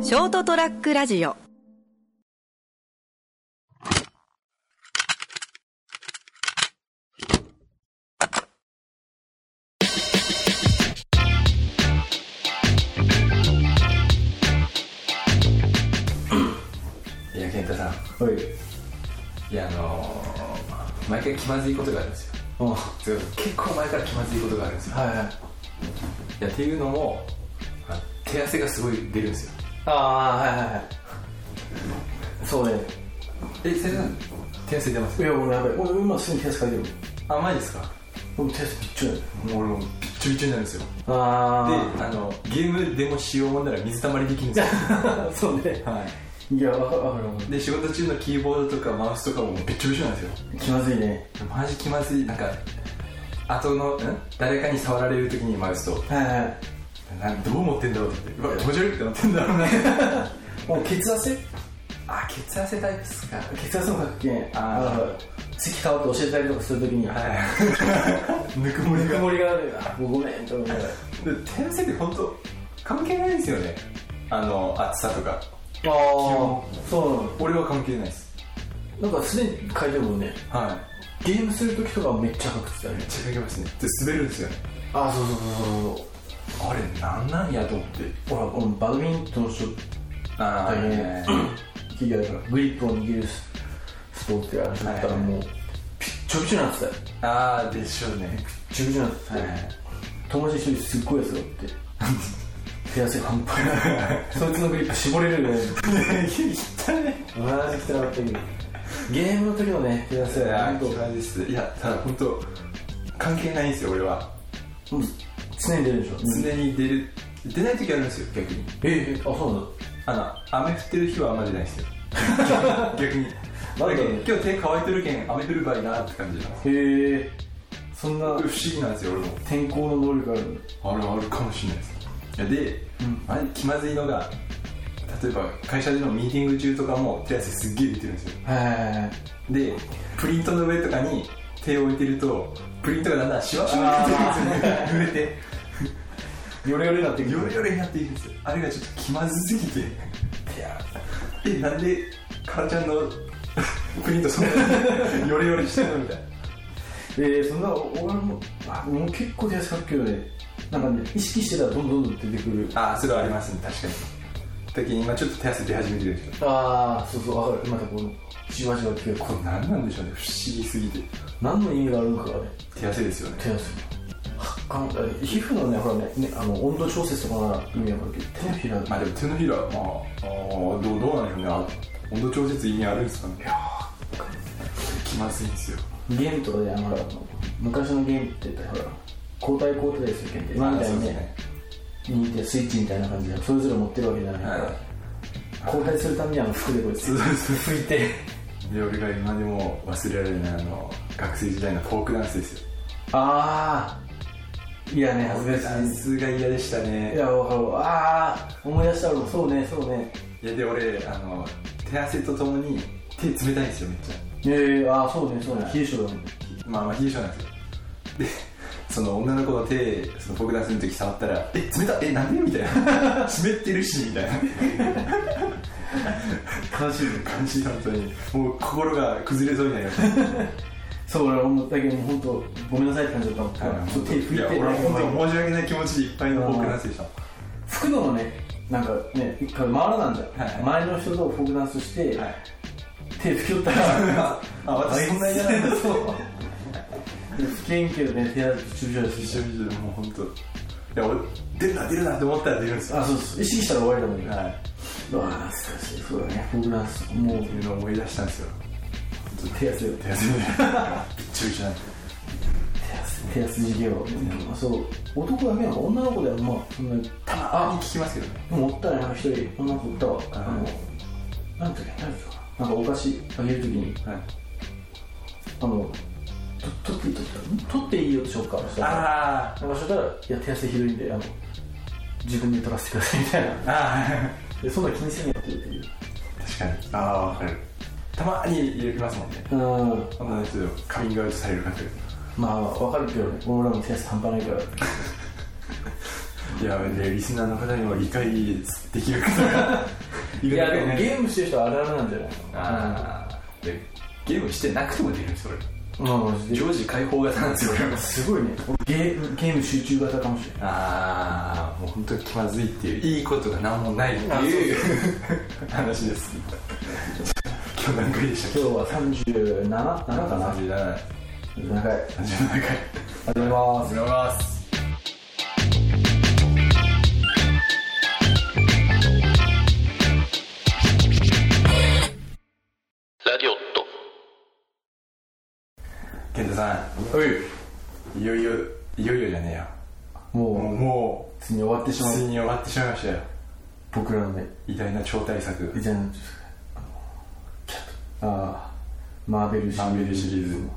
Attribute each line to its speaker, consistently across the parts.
Speaker 1: ショートトラックラジオ
Speaker 2: いや健太さん
Speaker 3: はい。
Speaker 2: いやあのー毎回気まずいことがあるんですよ
Speaker 3: うん。は
Speaker 2: つうか結構前から気まずいことがあるんです
Speaker 3: い
Speaker 2: よ
Speaker 3: はい。
Speaker 2: いやっていうのもあ手汗がすごい出るんですよ
Speaker 3: ああ、はいはいはい。そうね。
Speaker 2: え先生手汗出ます
Speaker 3: いや、俺やばい。俺今すぐ手汗かいてる
Speaker 2: あマジですか
Speaker 3: もん。俺手汗びっちょや
Speaker 2: もう俺もうピッチョピチョになるんですよで
Speaker 3: で。あ
Speaker 2: あのゲームでもしようもんなら水たまりできるんですよ
Speaker 3: あ。 そうね。
Speaker 2: はい
Speaker 3: や、わかるわかるわか
Speaker 2: いで仕事中のキーボードとかマウスとかもピッチョピチョなんですよ
Speaker 3: る。気まずいね。
Speaker 2: マジ気まずいなんか後のん誰かに触られる時にマウスと
Speaker 3: はいはい。
Speaker 2: なんどう思ってんだろうと思ってうわ気持ち悪いってなってんだろうな
Speaker 3: もう血汗
Speaker 2: あ血汗タイプっすか
Speaker 3: 血圧の確認。
Speaker 2: あー
Speaker 3: あの。席変わって教えたりとかするときに、
Speaker 2: はいぬくもり
Speaker 3: ぬく
Speaker 2: が
Speaker 3: もりがあるよ。あごめん、と思って。
Speaker 2: 天性って本当関係ないですよねあの暑さとか
Speaker 3: ああ、そうなの。
Speaker 2: 俺は関係ないです
Speaker 3: なんかすでに書いてるもんね。
Speaker 2: はい
Speaker 3: ゲームするときとかはめっちゃ吐くってたね
Speaker 2: めっ。ちゃかけますねで滑るんですよね
Speaker 3: ああ、そうそうそうそう
Speaker 2: あれなんなんやと思って
Speaker 3: そう。ほら、俺バドミントンの人
Speaker 2: ああ、
Speaker 3: 大変
Speaker 2: ね
Speaker 3: 企業だからグリップを握るスポーツやるとったらもうピッチョピチョになってたよ
Speaker 2: ああでしょうね
Speaker 3: ピッチョピチョになって
Speaker 2: は
Speaker 3: て、
Speaker 2: い
Speaker 3: 友達一人すっごいやつがおって手汗半端ないそいつのグリップ絞れる ぐらい
Speaker 2: 汚ね
Speaker 3: マジ汚かったけどゲームの時のね手汗
Speaker 2: いや
Speaker 3: は
Speaker 2: ー
Speaker 3: 本
Speaker 2: 嫌いですいやただ本当関係ないんですよ俺は
Speaker 3: 当もう常に出るでしょ
Speaker 2: 常に出る出ない時あるんですよ逆に
Speaker 3: ええあそうなんだ
Speaker 2: あの雨降ってる日はあんま出ない ですよ逆に
Speaker 3: なんだろうね
Speaker 2: 今日手乾いてるけん雨降るばいなって感じなんです
Speaker 3: へえそんな
Speaker 2: 不思議なんですよ俺も
Speaker 3: 天候の能力あるの
Speaker 2: あるあるかもしれないですいやで、
Speaker 3: うん
Speaker 2: あれ気まずいのが例えば会社でのミーティング中とかも手汗すっげえ出てるんですよ
Speaker 3: はいはいはいはい
Speaker 2: でプリントの上とかに手を置いてるとプリントがだんだんシワシワになってくるんですよね濡れ
Speaker 3: ヨレヨレになって
Speaker 2: て
Speaker 3: くる
Speaker 2: ヨレヨレになっていくんですよあれがちょっと気まずすぎて
Speaker 3: いや
Speaker 2: えなんでカラちゃんの プリントそんなにヨレヨレしてんのみたいな
Speaker 3: えー、そんな俺もあもう結構手汗かくけどねなんかね意識してたらどんどんどんどん出てくる
Speaker 2: ああそれはありますね確かに時に今ちょっと手汗出始めてるでしょ
Speaker 3: ああそうそうわかるまたこのじわじわっていう
Speaker 2: これ何なんでしょうね不思議すぎて
Speaker 3: 何の意味があるのかがね
Speaker 2: 手汗ですよね
Speaker 3: 手汗発汗あれ皮膚のねほらねねあの温度調節とかなら意味わかるけど手のひら
Speaker 2: まあでも手のひら、まあ、あーどうどうなんでしょうねあ。温度調節意味あるんですかね。いや気まずいんですよ。
Speaker 3: ゲームとかであのほら昔のゲームって言ったらほら交代交代するけど今みたいにね握ってスイッチみたいな感じでそれぞれ持ってるわけじゃないから、交代するためにあの服でこうやって
Speaker 2: そうですね。
Speaker 3: 拭いて
Speaker 2: で、俺が今でも忘れられないあの、学生時代のフォークダンスですよ。
Speaker 3: ああいやね恥ずかしい
Speaker 2: ダンスが嫌でしたね。
Speaker 3: いや、わかるわ。ああ、思い出した俺もそうね、そうね。
Speaker 2: いや、で、俺、あの、手汗とともに手冷たいんですよ、めっち
Speaker 3: ええああ、そうね、そうね。冷え性だもん。
Speaker 2: ゃ。まあまあ、冷え性なんですよ。で、その女の子の手、そのフォークダンスの時触ったら、え、冷たえ、なん でみたいな。湿ってるし、みたいな。
Speaker 3: 悲しい。
Speaker 2: 感じ本当にもう心が崩れそうになりました
Speaker 3: そう、俺思ったけど、本当ごめんなさいって感じだったもん。そう手
Speaker 2: い
Speaker 3: 拭
Speaker 2: や
Speaker 3: いて、
Speaker 2: 俺
Speaker 3: なんか
Speaker 2: 本当申し訳ない気持ちでいっぱいのフォークダンスでした
Speaker 3: 拭くのもね、なんかね、一回回らなんだよ。
Speaker 2: はい
Speaker 3: 周りの人とフォークダンスして、
Speaker 2: はい
Speaker 3: 手拭きよったら、
Speaker 2: あ 私そんな嫌なんです
Speaker 3: そう。不健けどね、手足注射です
Speaker 2: 一緒にもう本当いや俺出るな出るなって思ったら出るんですよ
Speaker 3: あ、そうそう。意識したら終わりだもんね。
Speaker 2: は
Speaker 3: うわあ、懐かしい。そうだね、フォークダンス。もう
Speaker 2: い、っていうのを思い出したんですよ
Speaker 3: 手汗を。
Speaker 2: 手汗でびっちょびちょなんで
Speaker 3: 手安事業、そう男だけなのか女の子ではまあそんなに
Speaker 2: たまに聞きますけどね
Speaker 3: でもおったらね一人女の子いたわあ
Speaker 2: は
Speaker 3: のなんていうか何ていうかななんかお菓子あげるときに
Speaker 2: はい
Speaker 3: あのと取っていい取った取っていいよってショッカーの人が
Speaker 2: あ
Speaker 3: なんかそしたらいや手汗ひどいんであの自分で取らせてくださいみたいな
Speaker 2: ああ
Speaker 3: でそんな気にせんやって言うてる
Speaker 2: あ確かにああわかるたまに入れてますもんね
Speaker 3: うん
Speaker 2: こんな人でもカミングアウトされる方が
Speaker 3: まあわかるけどね俺らも手汗半端ないから
Speaker 2: いやべねリスナーの方にも理解できる方がい
Speaker 3: い
Speaker 2: るだ
Speaker 3: や
Speaker 2: け
Speaker 3: でもゲ
Speaker 2: ね
Speaker 3: ームしてる人はあるあるなんじゃない
Speaker 2: あーでゲームしてなくてもできるんですよ
Speaker 3: うんマジ
Speaker 2: 俺
Speaker 3: で
Speaker 2: 常時開放型なんですよ俺は
Speaker 3: すごいねゲーゲーム集中型かもしれない
Speaker 2: ああもう本当に気まずいっていういいことが何もないっていう話です今日何回でしたっ
Speaker 3: 今日は37か
Speaker 2: け
Speaker 3: な
Speaker 2: 37回
Speaker 3: 長
Speaker 2: 37
Speaker 3: い
Speaker 2: 回
Speaker 3: 始めま
Speaker 2: お
Speaker 3: す
Speaker 2: めでとうございます
Speaker 1: ラディオット
Speaker 2: 健太さんいよいよいよいよじゃねえよも
Speaker 3: も
Speaker 2: う
Speaker 3: う
Speaker 2: も
Speaker 3: ついに終わってし
Speaker 2: う
Speaker 3: ま
Speaker 2: ついうに終わってしまいましたよ
Speaker 3: 僕らのね
Speaker 2: 偉大な超大作
Speaker 3: 以前のキャプああマーベルシリ
Speaker 2: マーベル
Speaker 3: ーズ
Speaker 2: シリーズの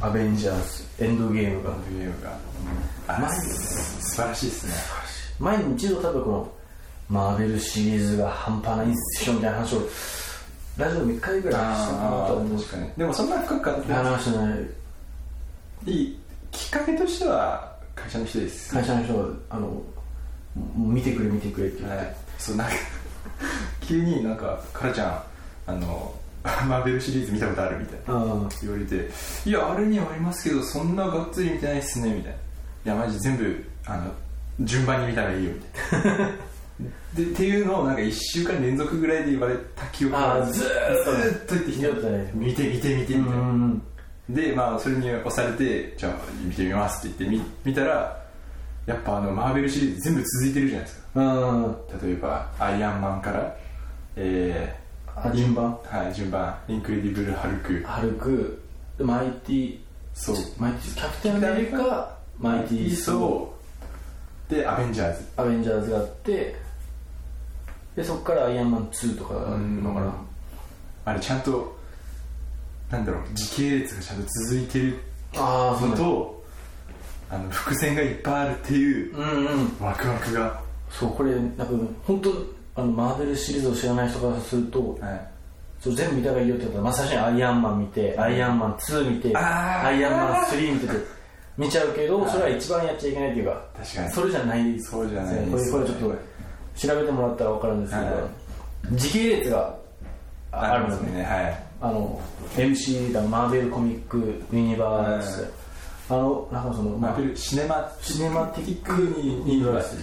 Speaker 3: アベンジャーズエンドゲームが
Speaker 2: ゲームがあ
Speaker 3: マジで
Speaker 2: 素晴らしいですね
Speaker 3: 前に一度多分このマーベルシリーズが半端ないんすよみたいな話をラジオで1回ぐらいしたかなと思うんですけど
Speaker 2: でもそんな深く語ってない
Speaker 3: 話してない
Speaker 2: いいきっかけとしては会社の人です
Speaker 3: 会社の人があのもう見てくれ見てくれって言って、
Speaker 2: はい、そうなんか 急になんか「カラちゃんあの マーベルシリーズ見たことある?」みたいな
Speaker 3: あ
Speaker 2: 言われて「いやあれにはありますけどそんながっつり見てないっすね」みたいな「いやマジ全部あの順番に見たらいいよ」みた いなでっていうのをなんか1週間連続ぐらいで言われた記憶が
Speaker 3: あ
Speaker 2: あ
Speaker 3: ー
Speaker 2: る
Speaker 3: ずーっと
Speaker 2: ずーっと言ってき
Speaker 3: ずーっとね
Speaker 2: て「見て見て見て」
Speaker 3: う
Speaker 2: みたいなんでまあそれに押されて「じゃあ見てみます」って言ってみ見たらやっぱあのマーベルシリーズ全部続いてるじゃないですか
Speaker 3: うん
Speaker 2: 例えばアイアンマンから、え
Speaker 3: あ順番
Speaker 2: ーはい、順番インクレディブル・ハルク
Speaker 3: 歩くマイティ
Speaker 2: そう
Speaker 3: マイティキャプテンアメリカマイティソ
Speaker 2: そうでアベンジャーズ
Speaker 3: ーアベンジャーズがあってでそこからアイアンマン2とかがあるのか
Speaker 2: うんあれちゃんとなんだろう時系列がちゃんと続いてる
Speaker 3: なああそう
Speaker 2: の
Speaker 3: だ
Speaker 2: と、あの伏線がいっぱいあるっていう
Speaker 3: うんうん
Speaker 2: ワクワクが、
Speaker 3: そうこれなんか本当あのマーベルシリーズを知らない人からすると
Speaker 2: はい
Speaker 3: それ全部見た方がいいよって言ったらまあ最初にアイアンマン見てアイアンマン2見て
Speaker 2: あー
Speaker 3: アイアンマン3見てて見ちゃうけどそれは一番やっちゃいけないっていうか
Speaker 2: 確かに
Speaker 3: それじゃない
Speaker 2: そうじゃない
Speaker 3: これこれちょっ
Speaker 2: そう
Speaker 3: と調べてもらったら分かるんですけど、
Speaker 2: は
Speaker 3: 時系列があ
Speaker 2: あ
Speaker 3: る
Speaker 2: る
Speaker 3: ん
Speaker 2: ん
Speaker 3: で
Speaker 2: ですす
Speaker 3: ね
Speaker 2: ねはい
Speaker 3: あの MC だマーベルコミックユニバース、
Speaker 2: はい
Speaker 3: あのなんかその
Speaker 2: マーベルシネマ
Speaker 3: シネマティック
Speaker 2: に
Speaker 3: バース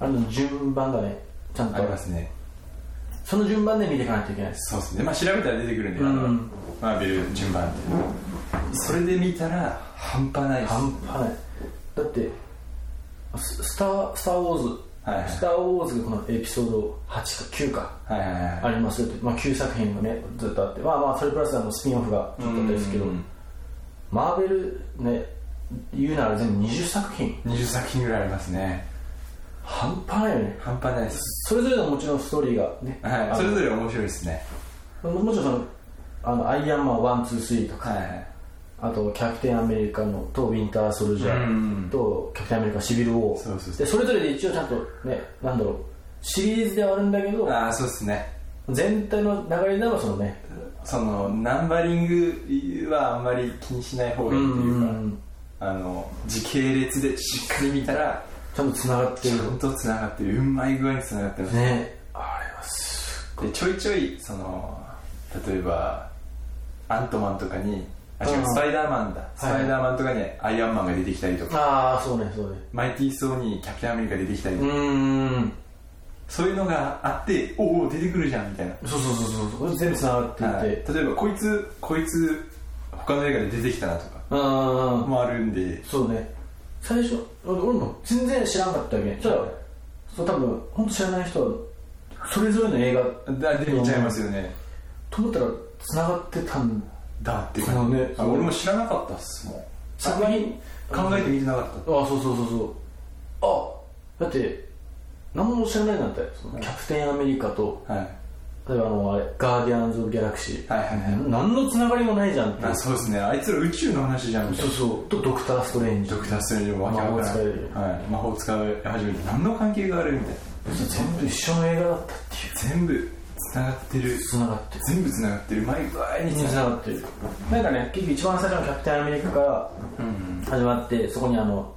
Speaker 3: あれの順番がねちゃんと
Speaker 2: ありますね
Speaker 3: その順番で見ていかないといけないです
Speaker 2: そうですねまあ調べたら出てくるんで、あ
Speaker 3: う
Speaker 2: の
Speaker 3: ん
Speaker 2: マーベル順番ってそれで見たら半端ないです
Speaker 3: 半端ないだってススター「スター・ウォーズ」
Speaker 2: はい
Speaker 3: スター・ウォーズ」がこのエピソード8か9か
Speaker 2: はいはいはい
Speaker 3: ありますよって、まあ、9作品がねずっとあってまあまあそれプラスあのスピンオフがちょっとあったりですけど
Speaker 2: うん
Speaker 3: マーベルね言うなら全部20作品
Speaker 2: 20作品ぐらいありますね
Speaker 3: 半端ないよね
Speaker 2: 半端ないです
Speaker 3: それぞれのもちろんストーリーがね、
Speaker 2: はい
Speaker 3: あ
Speaker 2: そ
Speaker 3: の
Speaker 2: れぞれ面白いですね
Speaker 3: ももちろんそのあのアイアンマン123とか
Speaker 2: はいはい
Speaker 3: あとキャプテンアメリカのとウィンター・ソルジャ
Speaker 2: うん
Speaker 3: ーとキャプテンアメリカシビル・ウォー
Speaker 2: そうそうそう
Speaker 3: でそれぞれで一応ちゃんとねなんだろうシリーズではあるんだけど
Speaker 2: ああそうですね
Speaker 3: 全体の流れではそのね
Speaker 2: そのナンバリングはあんまり気にしない方がいいというかあの時系列でしっかり見たら
Speaker 3: ちゃんとつながって
Speaker 2: ち
Speaker 3: る
Speaker 2: ゃんとつながってるうまい具合につながってます
Speaker 3: ねあれはす
Speaker 2: でちょいちょいその例えばアントマンとかにあ違
Speaker 3: う
Speaker 2: うんスパイダーマンだ、スパイダーマンとかにアイアンマンが出てきたりとか
Speaker 3: ああそうねそうね
Speaker 2: マイティー・ソーにキャプテンアメリカ出てきたりと
Speaker 3: う
Speaker 2: か、
Speaker 3: ーん
Speaker 2: そういうのがあっておお出てくるじゃんみたいな、
Speaker 3: そうそうそうそうこれ全部つながっていて、
Speaker 2: はい例えばこいつこいつ他の映画で出てきたなとか
Speaker 3: うん
Speaker 2: もあるんで
Speaker 3: そうね最初俺俺も全然知らなかったわけただそう多分本当知らない人はそれぞれの映画
Speaker 2: だで見ちゃいますよね
Speaker 3: と思ったらつながってたん
Speaker 2: だって
Speaker 3: そうね
Speaker 2: あ俺も知らなかったっすもん
Speaker 3: 作品
Speaker 2: 考えてみてなかっ
Speaker 3: あそうそうそうそうあだって何も知らないなんてそのキャプテンアメリカと
Speaker 2: た、はい、
Speaker 3: 例えばあのあれガーディアンズ・オブ・ギャラクシー、
Speaker 2: はいはいはい
Speaker 3: 何のつながりもないじゃんって
Speaker 2: あそうですねあいつら宇宙の話じゃんみたい
Speaker 3: そう
Speaker 2: な
Speaker 3: そうとドクター・ストレンジ
Speaker 2: ドクター・ストレンジもわけわからない、はい、魔法使い始めて何の関係があるみたいな
Speaker 3: 全部一緒の映画だったっていう
Speaker 2: 全部つながってる
Speaker 3: つながってる
Speaker 2: 全部つながってるうまい具合に
Speaker 3: に
Speaker 2: 繋
Speaker 3: つ
Speaker 2: が
Speaker 3: ながってるなんかね結局一番最初のキャプテンアメリカから始まってそこにあの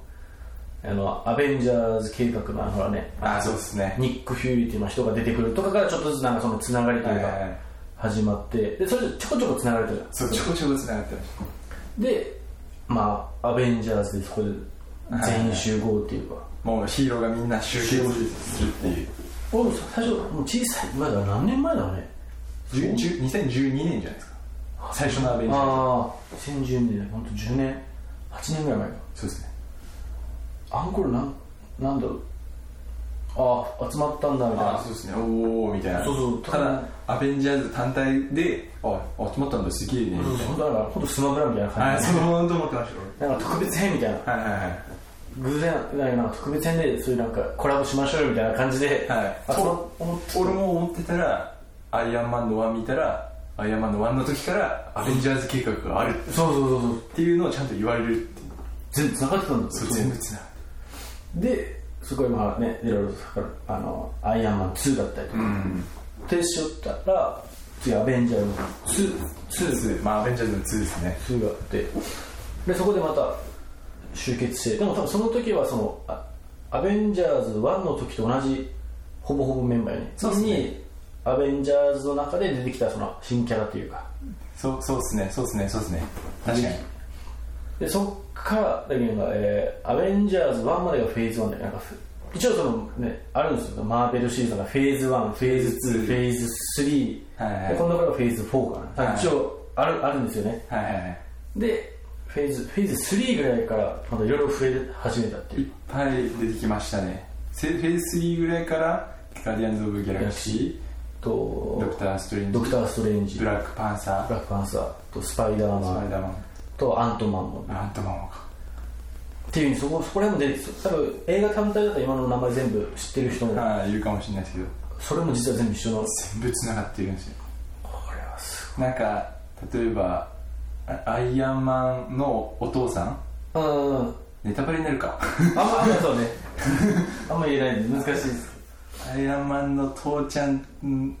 Speaker 3: あのアベンジャーズ計画のほらね
Speaker 2: あそうですね
Speaker 3: ニック・フューリーっていうまあ人が出てくるとかからちょっとずつなんかそのつながりと
Speaker 2: はいいうはい
Speaker 3: か
Speaker 2: はい
Speaker 3: 始まってでそれでちょこちょこつながれてる
Speaker 2: そうちょこちょこつながってまし
Speaker 3: でまあアベンジャーズでそこで全員集合っていうか
Speaker 2: たもうヒーローがみんな集結するっていう
Speaker 3: 俺も最初もう小さいまだ何年前だろうね
Speaker 2: 10 10 2012年じゃないですか最初のアベンジャー
Speaker 3: ああ2010年本当10年8年ぐらい前か
Speaker 2: そうですね
Speaker 3: あの頃なんなんだろうああ集まったんだみたい
Speaker 2: あ
Speaker 3: な
Speaker 2: そうですねおおみたいな
Speaker 3: そうそう
Speaker 2: ただアベンジャーズ単体であ集まったんだすげえねみ
Speaker 3: うん
Speaker 2: たい
Speaker 3: そうだから本当スマブラみたいな
Speaker 2: な
Speaker 3: 感
Speaker 2: はい
Speaker 3: じ
Speaker 2: そのままと思ってまし
Speaker 3: なんか特別編みたいな
Speaker 2: た俺はいはいはい
Speaker 3: 偶然なんか特別編でそういうなんかコラボしましょうよみたいな感じで、
Speaker 2: はい
Speaker 3: あそう思って
Speaker 2: 俺も思ってたらアイアンマンの1見たらアイアンマンの1の時からアベンジャーズ計画があるっ
Speaker 3: そうそうそうそう
Speaker 2: ていうのをちゃんと言われるっていう
Speaker 3: 全部繋がってたんだ
Speaker 2: それ全部つなが
Speaker 3: でそこ今ねいろいろあのアイアンマン2だったりとか、停止しよったら次アベンジャーズ
Speaker 2: る2まあアベンジャーズの2ですね
Speaker 3: 2があってでそこでまた集結してでも多分その時はそのあアベンジャーズ1の時と同じほぼほぼメンバーよね
Speaker 2: そうっすね
Speaker 3: にアベンジャーズの中で出てきたその新キャラというか
Speaker 2: そうそうっすねそうっすねそうっすね確かに
Speaker 3: でそっからだけど、えーアベンジャーズ1までがフェーズ1でなんかふ一応そのねあるんですよマーベルシリーズがフェーズ1フェーズ2フェーズ3、
Speaker 2: はいはい
Speaker 3: で今度からフェーズ4かな、
Speaker 2: はい
Speaker 3: 一応あるあるんですよね
Speaker 2: はいはいはい
Speaker 3: でフェーズフェーズ3ぐらいからまたいろいろ増え始めたってい
Speaker 2: いうっぱい出てきましたねせフェイス3ぐらいからガーディアンズ・オブ・ギャラクシー
Speaker 3: と
Speaker 2: ドクター・ストレンジ
Speaker 3: ドクター・ストレンジ
Speaker 2: ブ
Speaker 3: ブラ
Speaker 2: ラック・パンサー
Speaker 3: ックパンサーとスパイダー
Speaker 2: ス
Speaker 3: マ
Speaker 2: パイ
Speaker 3: ン
Speaker 2: ダーマン
Speaker 3: とアントマンも
Speaker 2: アントマンもか
Speaker 3: っていうふうにそこそこら辺も出てきて多分映画単体だったら今の名前全部知ってる人も
Speaker 2: はいいるかもしれないですけど
Speaker 3: それも実は全部一緒の
Speaker 2: 全部つながっているんですよ
Speaker 3: これはす
Speaker 2: なんか例えばあアイアンマンのお父さん
Speaker 3: ごいうんうん
Speaker 2: ネタバレになるか
Speaker 3: あんまあんまそうね あんま言えないんで難しいです
Speaker 2: アイアンマンの父ちゃん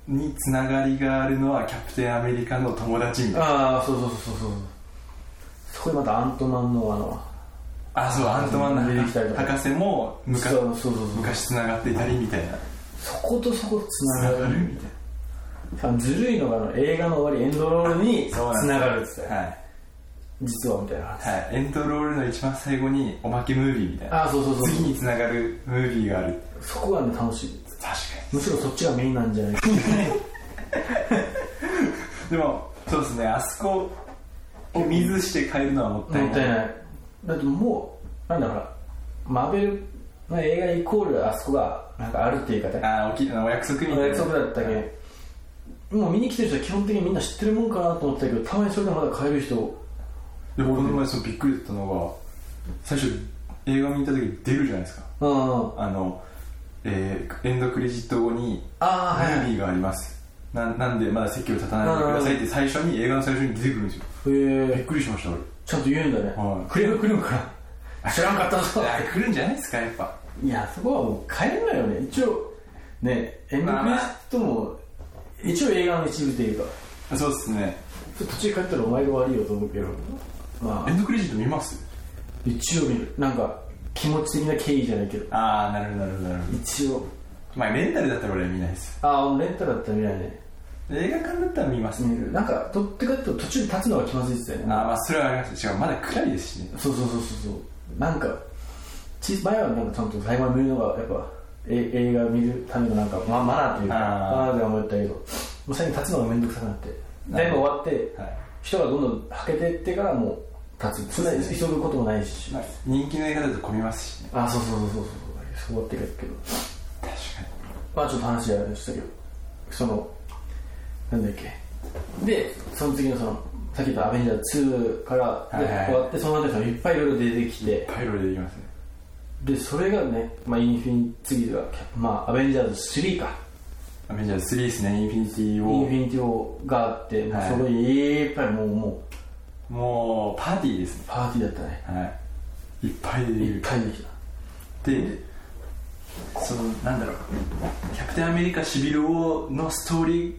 Speaker 2: につながりがあるのはキャプテンアメリカの友達みたいな
Speaker 3: ああそうそうそうそうそうそこでまたアントマンのあの
Speaker 2: あそうアントマンの
Speaker 3: 出てきたりとか
Speaker 2: 博士も
Speaker 3: 実
Speaker 2: 昔
Speaker 3: はそうそうそう
Speaker 2: 昔つながっていたりみたいな
Speaker 3: そことそこつ
Speaker 2: つ
Speaker 3: な
Speaker 2: な
Speaker 3: が
Speaker 2: がる
Speaker 3: る
Speaker 2: みたい
Speaker 3: ずるいのがあの映画の終わりエンドロールにつ
Speaker 2: そうなんです
Speaker 3: ながるっつって
Speaker 2: なはい
Speaker 3: 実はみたいな話
Speaker 2: はい、エンドロールの一番最後におまけムービーみたいな
Speaker 3: ああそうそうそう
Speaker 2: 次につながるムービーがある
Speaker 3: そこがね楽しい
Speaker 2: 確か
Speaker 3: むしろそっちがメインなんじゃないか
Speaker 2: にでもそうですねあそこを水して変えるのはもったい
Speaker 3: もっ
Speaker 2: ない
Speaker 3: たいないだってもうなんだろうなマーベルの映画イコールあそこがなんかあるっていう言い方
Speaker 2: あーおきお約束みたいな
Speaker 3: 約束だったけどもう見に来てる人は基本的にみんな知ってるもんかなと思ってたけどたまにそれでまだ買える人
Speaker 2: でこの前そのびっくりだったのが最初映画見た時出るじゃないですか
Speaker 3: うんあ
Speaker 2: あの、えーエンドクレジット後にム
Speaker 3: あ
Speaker 2: ー
Speaker 3: はい
Speaker 2: ビーがあります、ななんでまだ席を立たないでくださいって最初に映画の最初に出てくるんですよびっ
Speaker 3: え
Speaker 2: くりしました俺
Speaker 3: ちゃんと言うんだね、
Speaker 2: はい
Speaker 3: クレーム来るのか な知らんかったぞ
Speaker 2: あ来るんじゃないですかやっぱ
Speaker 3: いやそこはもう買えないよね一応ねエンドクレジットも一応映画の一部というか
Speaker 2: そうっすね
Speaker 3: 途中帰ったらお前が悪いよと思うけどま
Speaker 2: エ
Speaker 3: あ
Speaker 2: ンドクレジット見ます
Speaker 3: 一応見るなんか気持ち的な敬意じゃないけど
Speaker 2: ああなるほどなるほどなるほど
Speaker 3: 一応
Speaker 2: まあレンタルだったら俺は見ないです
Speaker 3: ああレンタルだったら見ないね
Speaker 2: 映画館だったら見ます
Speaker 3: 見るなんかどってかっていうと途中で立つのが気まずいっすよね
Speaker 2: あーまあそれはあります違うまだ暗いですしね
Speaker 3: そうそうそうそうそうなんかち前はなんかちゃんと最後まで見るのがやっぱえ映画見るためのなんか、ま、マナーというか
Speaker 2: あー
Speaker 3: マナーで思ったけどもう最近立つのが面倒くさくなって
Speaker 2: な
Speaker 3: だい
Speaker 2: る
Speaker 3: ぶ終
Speaker 2: ほど
Speaker 3: わって
Speaker 2: はい
Speaker 3: 人がどんどんはけてってからもう立つそんな急ぐこともないし、
Speaker 2: まあ人気の映画だと混みますしね
Speaker 3: あそうそうそうそうそうそうやってるけど
Speaker 2: 確かに
Speaker 3: まあちょっと話はあれでしたけどそのなんだっけでその次のそのさっき言った「アベンジャーズ2」からで
Speaker 2: はいはいはい
Speaker 3: 終わってその後にそのいっぱいいろいろ出てきて
Speaker 2: パイロで言いますね
Speaker 3: でそれがね、まあ、インフィニ次が、まあ、アベンジャーズ3か
Speaker 2: アメジャーズ3ですねインフィニティ
Speaker 3: イン
Speaker 2: を
Speaker 3: フィニティ王があって、もう
Speaker 2: はい
Speaker 3: そこにいっぱいもうもう
Speaker 2: もうパーティーですね
Speaker 3: パーティーだったね
Speaker 2: はいいっぱい出て
Speaker 3: いっ
Speaker 2: る
Speaker 3: ぱいできた
Speaker 2: でそのなんだろうキャプテンアメリカシビル王のストーリー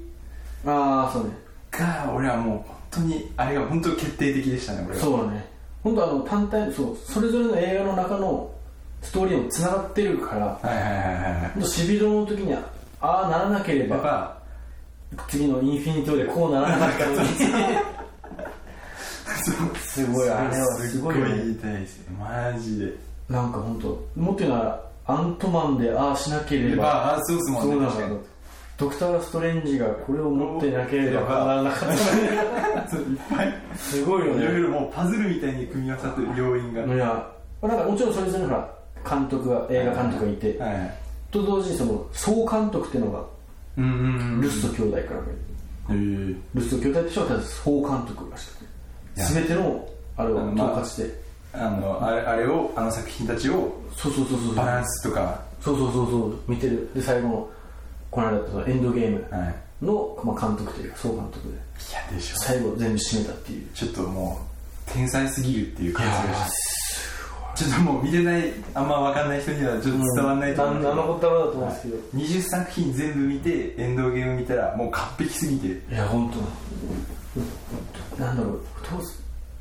Speaker 3: ああそうね
Speaker 2: が俺はもう本当にあれが本当決定的でしたね俺は
Speaker 3: そうだね本当あの単体そうそれぞれの映画の中のストーリーもつながってるから
Speaker 2: はいはいはいはいはい
Speaker 3: ほんとシビロの時にああならなけれ
Speaker 2: やっ
Speaker 3: ば
Speaker 2: ぱ
Speaker 3: 次のインフィニティでこうならなかった のにすごいあれはすごいよね
Speaker 2: 言いたいですねマジで
Speaker 3: なんか本当もっと言うならアントマンでああしなけれ
Speaker 2: やっ
Speaker 3: ば
Speaker 2: ぱあそうですも
Speaker 3: そうん
Speaker 2: ね
Speaker 3: なんだドクター・ストレンジがこれを持ってなければ
Speaker 2: うん
Speaker 3: こうならなかっ た
Speaker 2: そういっぱい
Speaker 3: すごいよ
Speaker 2: いろい
Speaker 3: ね
Speaker 2: ろもうパズルみたいに組み合わさってる要因が
Speaker 3: いやなんかもちろんそれぞれのほら監督が映画監督がいて
Speaker 2: はいはい
Speaker 3: と同時にその総監督っていうのが
Speaker 2: うんうんうん
Speaker 3: ルッソ兄弟からもい
Speaker 2: へ
Speaker 3: る
Speaker 2: え
Speaker 3: ルッソ兄弟って人はただ総監督らしくて
Speaker 2: いや
Speaker 3: 全てのあれを
Speaker 2: あの
Speaker 3: 統
Speaker 2: まあ
Speaker 3: 括して
Speaker 2: あのあれあれをあの作品たちを
Speaker 3: そうそうそうそうそう
Speaker 2: バランスとか
Speaker 3: そうそうそうそう見てるで最後のこの間だったそのエンドゲーム
Speaker 2: はい
Speaker 3: の、まあ、監督というか総監督で
Speaker 2: いやでしょ
Speaker 3: 最後全部締めたっていう
Speaker 2: ちょっともう天才すぎるっていう感じが
Speaker 3: ー
Speaker 2: してちょっともう見てないあんま分かんない人にはちょっと伝わんないと思う
Speaker 3: なんん
Speaker 2: です
Speaker 3: な
Speaker 2: け
Speaker 3: の
Speaker 2: ど
Speaker 3: こったろうだと思うんですけど、
Speaker 2: 20作品全部見てエンドゲーム見たらもう完璧すぎて
Speaker 3: い、や本当なんだろう当時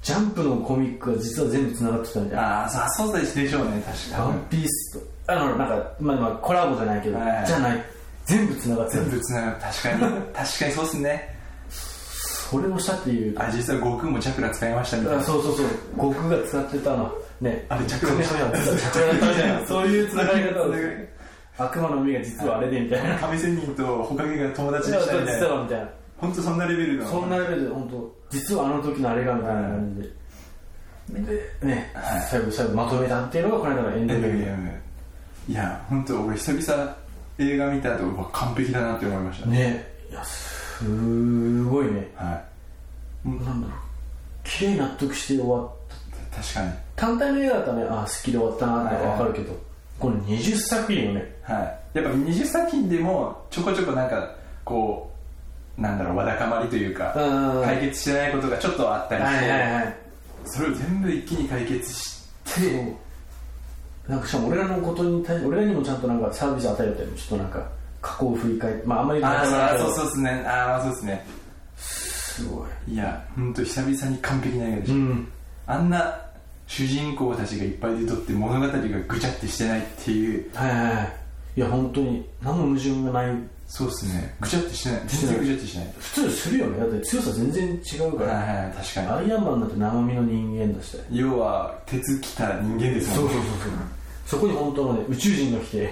Speaker 3: ジャンプのコミックが実は全部つながってたみたいな
Speaker 2: ああそうそうでしょうね確
Speaker 3: 「ワ
Speaker 2: かに
Speaker 3: ンピースとあのなんか、まあ、まあコラボじゃないけど、
Speaker 2: はいはい
Speaker 3: じゃない全部つながってた
Speaker 2: 全部つながる確か に確かにそうっすね
Speaker 3: それをしたっていう
Speaker 2: あ実は悟空もチャクラ使いましたみたい
Speaker 3: あ
Speaker 2: な
Speaker 3: そうそうそう悟空が使ってたの ね
Speaker 2: あれチャクラでした
Speaker 3: チャクラだったみたいなそういうつながり方を
Speaker 2: 繋がり
Speaker 3: 悪魔の実が実はあれでみたい な
Speaker 2: 亀仙人とホカゲが友達
Speaker 3: 実
Speaker 2: で
Speaker 3: は
Speaker 2: したみたい
Speaker 3: 実
Speaker 2: な
Speaker 3: はみたいな
Speaker 2: 本当そんなレベルの
Speaker 3: そんなレベルで本当実はあの時のあれがみたいな感じで、でね、
Speaker 2: はい
Speaker 3: 最後最後まとめたっていうのがこの間のエン
Speaker 2: エン
Speaker 3: ドゲ
Speaker 2: ドゲ
Speaker 3: ーム
Speaker 2: ームいや本当俺久々映画見た後うわ完璧だなって思いました、
Speaker 3: ねいやすごいね
Speaker 2: は
Speaker 3: なんだろう綺麗に納得して終わっ
Speaker 2: い確かに
Speaker 3: た単体の映画だったらねああ好きで終わったなって分かるけど、この20作品をね
Speaker 2: はい、やっぱ20作品でもちょこちょこなんかこうなんだろうわだかまりというか
Speaker 3: うん
Speaker 2: 解決してないことがちょっとあったり
Speaker 3: は
Speaker 2: して、
Speaker 3: いはいはい
Speaker 2: それを全部一気に解決し
Speaker 3: そうなんかしかも俺らのことに対して俺らにもちゃんとなんかサービス与えたりもちょっとなんか過去を振り返ってまああんまり
Speaker 2: あ
Speaker 3: 言うと
Speaker 2: あ
Speaker 3: あれだ
Speaker 2: そう
Speaker 3: けど
Speaker 2: そうですねああそうですね
Speaker 3: すごい
Speaker 2: いや本当久々に完璧な映画でし
Speaker 3: う
Speaker 2: た、
Speaker 3: ん
Speaker 2: あんな主人公たちがいっぱい出とって物語がぐちゃってしてないっていう
Speaker 3: はいはいはいいや本当に何も矛盾がない
Speaker 2: そうですねぐちゃってしてない全然ぐちゃってしてない
Speaker 3: 普通するよねだって強さ全然違うから、
Speaker 2: はいはいはい確かに
Speaker 3: アイアンマンなんて生身の人間だしたよ
Speaker 2: 要は鉄来た人間ですもんね
Speaker 3: そうそこに本当のね宇宙人が来 て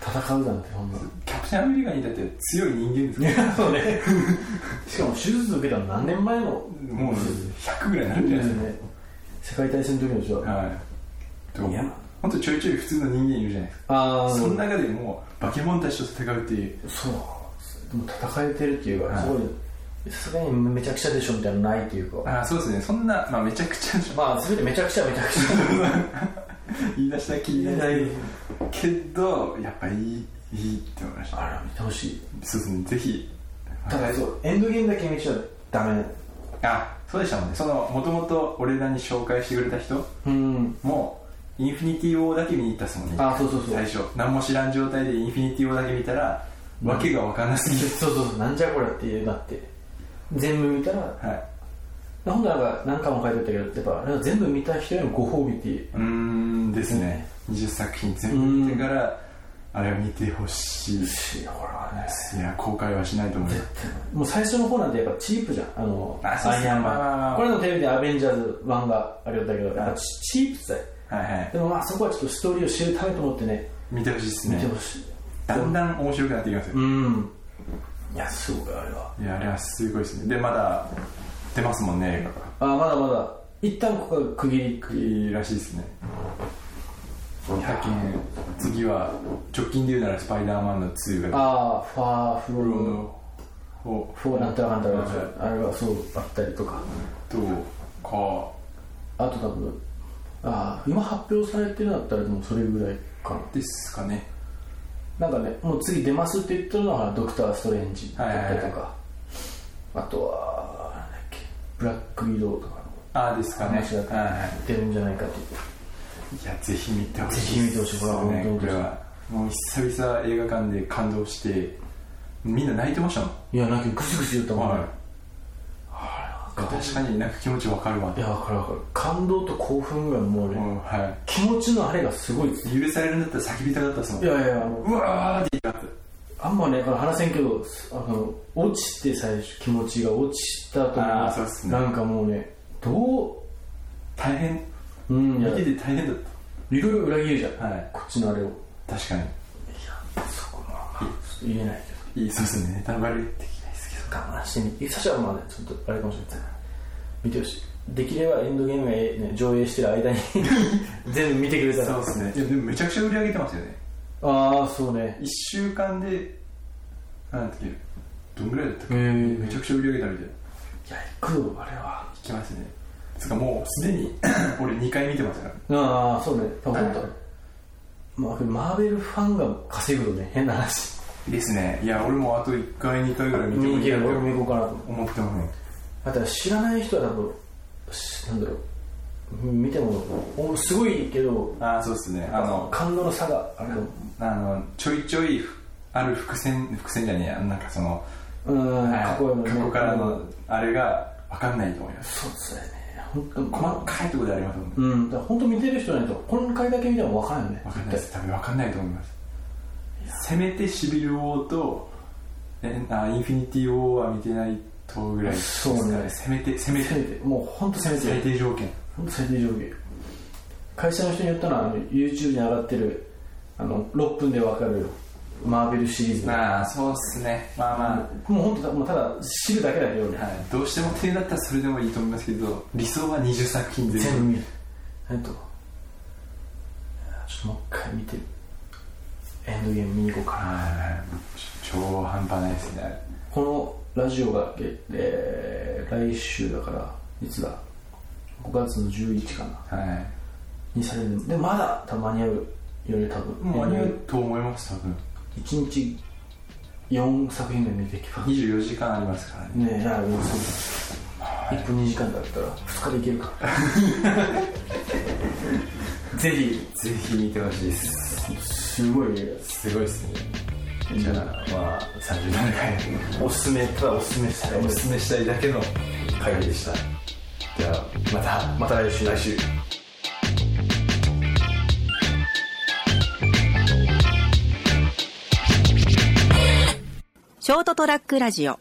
Speaker 3: 戦うなんてほんま
Speaker 2: キャプテンアメリカにだって強い人間ですもん
Speaker 3: そうね しかも手術受けたの何年前の
Speaker 2: もう100ぐらいになるんじゃないですか、
Speaker 3: ね世界大戦の時の人は
Speaker 2: はいで
Speaker 3: いや
Speaker 2: も本当ちょいちょい普通の人間いるじゃないですか、
Speaker 3: ああ
Speaker 2: その中でもう化け物たちと戦うっていう
Speaker 3: そうでも戦えてるっていうか
Speaker 2: はい
Speaker 3: すごいさすがにめちゃくちゃでしょみたいなのないっていうか
Speaker 2: ああそうですねそんな、まあ、めちゃくちゃでしょ
Speaker 3: まあ全てめちゃくちゃめちゃくち
Speaker 2: 言い出したら気にな
Speaker 3: ゃ
Speaker 2: い
Speaker 3: ない
Speaker 2: けどやっぱいいいいって思いま した
Speaker 3: あら見てほしい
Speaker 2: そうですねぜひ
Speaker 3: ただそうエンドゲームだけ見ちゃダメ
Speaker 2: あそうでしたもんねそのもともと俺らに紹介してくれた人
Speaker 3: うん
Speaker 2: もインフィニティ・ウォーだけ見に行ったっすもんね
Speaker 3: あそうそうそう
Speaker 2: 最初何も知らん状態でインフィニティ・ウォーだけ見たらわけが分からなすぎ る、
Speaker 3: そうそうそうなんじゃこれっていうなって全部見たら
Speaker 2: はい
Speaker 3: ほんとなんか何回も書いてあったけどやっぱあれは全部見た人へのご褒美っていう
Speaker 2: うーんですね、20作品全部見てからあれを見てほしいで
Speaker 3: しほらね
Speaker 2: すいや後悔はしないと思います
Speaker 3: もう最初の方なんてやっぱチープじゃんあの
Speaker 2: あそうそう
Speaker 3: アイアン
Speaker 2: まあまあ
Speaker 3: マ
Speaker 2: ま
Speaker 3: ン
Speaker 2: あ
Speaker 3: これのテレビでアベンジャーズ1があれだったけどやっぱチチープさ
Speaker 2: はいはい
Speaker 3: でもまあそこはちょっとストーリーを知るためと思ってね
Speaker 2: 見てほしいです
Speaker 3: 見て
Speaker 2: ね
Speaker 3: ほしい、
Speaker 2: だんだん面白くなってきますよ、
Speaker 3: うんいやすごいあれはい
Speaker 2: やあれはすごいですねでまだ出ますもんね映画
Speaker 3: あまだまだ一旦ここが区切り
Speaker 2: がいいらしいですね百見次は直近で言うなら「スパイダーマン」の2が
Speaker 3: ああファーフロ
Speaker 2: フロ
Speaker 3: ー
Speaker 2: ムを
Speaker 3: フォーなんたらかんたらでし
Speaker 2: はい
Speaker 3: ょあれはそうあったりとか
Speaker 2: どうか
Speaker 3: あと多分ああ今発表されてるんだったらでもそれぐらいか
Speaker 2: ですかね
Speaker 3: ななんかねもう次出ますって言ってるのはドクター・ストレンジだったりとか、
Speaker 2: はいはい
Speaker 3: あとはなんだっけブラック・ウィドウとか
Speaker 2: ああですかね
Speaker 3: 話だった
Speaker 2: はいはい
Speaker 3: 出るんじゃないかと
Speaker 2: いやぜひ見てほしい
Speaker 3: ぜひ見てほしいこれは本当に
Speaker 2: これはもう久々映画館で感動してみんな泣いてましたもん
Speaker 3: いやなんかグスグス言ったもんね、
Speaker 2: はい
Speaker 3: あ
Speaker 2: か確かになんか気持ちわかるわ
Speaker 3: いや分かる分かる感動と興奮がもう
Speaker 2: う
Speaker 3: ね、
Speaker 2: んは
Speaker 3: 気持ちのあれがすごいです
Speaker 2: い許されるんだったら叫びたかったですもん
Speaker 3: いやいやあの
Speaker 2: うわーって言いたかっ
Speaker 3: あんまねあの話せんけどあの落ちて最初気持ちが落ちたと
Speaker 2: あーそうっすね
Speaker 3: なんかもうねど
Speaker 2: た大変
Speaker 3: ううんいや
Speaker 2: 見てて大変だっ
Speaker 3: いろいろ裏切るじゃん
Speaker 2: たはい
Speaker 3: こっちのあれを
Speaker 2: 確かに
Speaker 3: そこはまあちょっと言えないけど
Speaker 2: いいそうですねネタバレできないですけど
Speaker 3: 我慢してみて最初はまあねちょっとあれかもしれない見てほしいできればエンドゲームが、ね、上映してる間に 全部見てくれたら
Speaker 2: そうですねいやでもめちゃくちゃ売り上げてますよね
Speaker 3: ああそうね
Speaker 2: 1週間でなんだっけどんぐらいだったっけ
Speaker 3: へえ
Speaker 2: めちゃくちゃ売り上げたみたいない
Speaker 3: や行くよあれは
Speaker 2: きますねつうかもうすで に俺2回見てますから
Speaker 3: ああそうねパコッと
Speaker 2: はい
Speaker 3: まあマーベルファンが稼ぐよね変な話
Speaker 2: ですねいや俺もあと1回2回ぐらい見ても
Speaker 3: 見
Speaker 2: い
Speaker 3: に
Speaker 2: いな
Speaker 3: 行
Speaker 2: っ
Speaker 3: ける俺
Speaker 2: て
Speaker 3: も行こうかなと思う
Speaker 2: 思ってもね
Speaker 3: あとは知らない人は多分しなんだろう見てもおすごいけど
Speaker 2: ああそうですねあの
Speaker 3: 感動の差がある
Speaker 2: あのちょいちょいある伏線伏線じゃねえやなんかその、
Speaker 3: うん
Speaker 2: はい
Speaker 3: 過去へのね
Speaker 2: 過去からのあれが分かんないと思います
Speaker 3: そうですよね本当
Speaker 2: 細
Speaker 3: ま
Speaker 2: かいところでありますもんね
Speaker 3: うんだから本当見てる人じゃないとこの回だけ見ても分からんよね
Speaker 2: 分かんないです多分分かんないと思いますせめてシビル王とえあインフィニティ王は見てないとぐらいですか
Speaker 3: そうね
Speaker 2: せめてせめて
Speaker 3: せめてもう本当せめて
Speaker 2: 最低条件
Speaker 3: 本当最低上限会社の人によったのはあの YouTube に上がってるあの6分で分かるマーベルシリーズも
Speaker 2: まあそうっすねまあま
Speaker 3: う本当たもうただ知るだけだけどね
Speaker 2: あ、はい、どうしてもっていうんだったらそれでもいいと思いますけど理想は20作品全
Speaker 3: 全部
Speaker 2: 部
Speaker 3: 見るえっといやちょっともう一回見てエンドゲーム見に行こうかな
Speaker 2: はいちょ超半端ないですねあれ
Speaker 3: このラジオが、ええー来週だからいつだ5月の11かな
Speaker 2: はい
Speaker 3: にされるでまだ多分間に合うよね多分
Speaker 2: もう間に合うと思います多分
Speaker 3: 1日4作品ぐらい見てきば
Speaker 2: 24時間ありますからね
Speaker 3: ねえ、あそう1分2時間だったら2日でいけるかぜひ
Speaker 2: ぜひ見てほしいです
Speaker 3: すごい
Speaker 2: すごいっすねじゃあまあ37回
Speaker 3: おすすめただおすすめしたい
Speaker 2: おすすめしたいだけの会議でしたではまた
Speaker 3: また来週
Speaker 2: 来週
Speaker 1: ショートトラックラジオ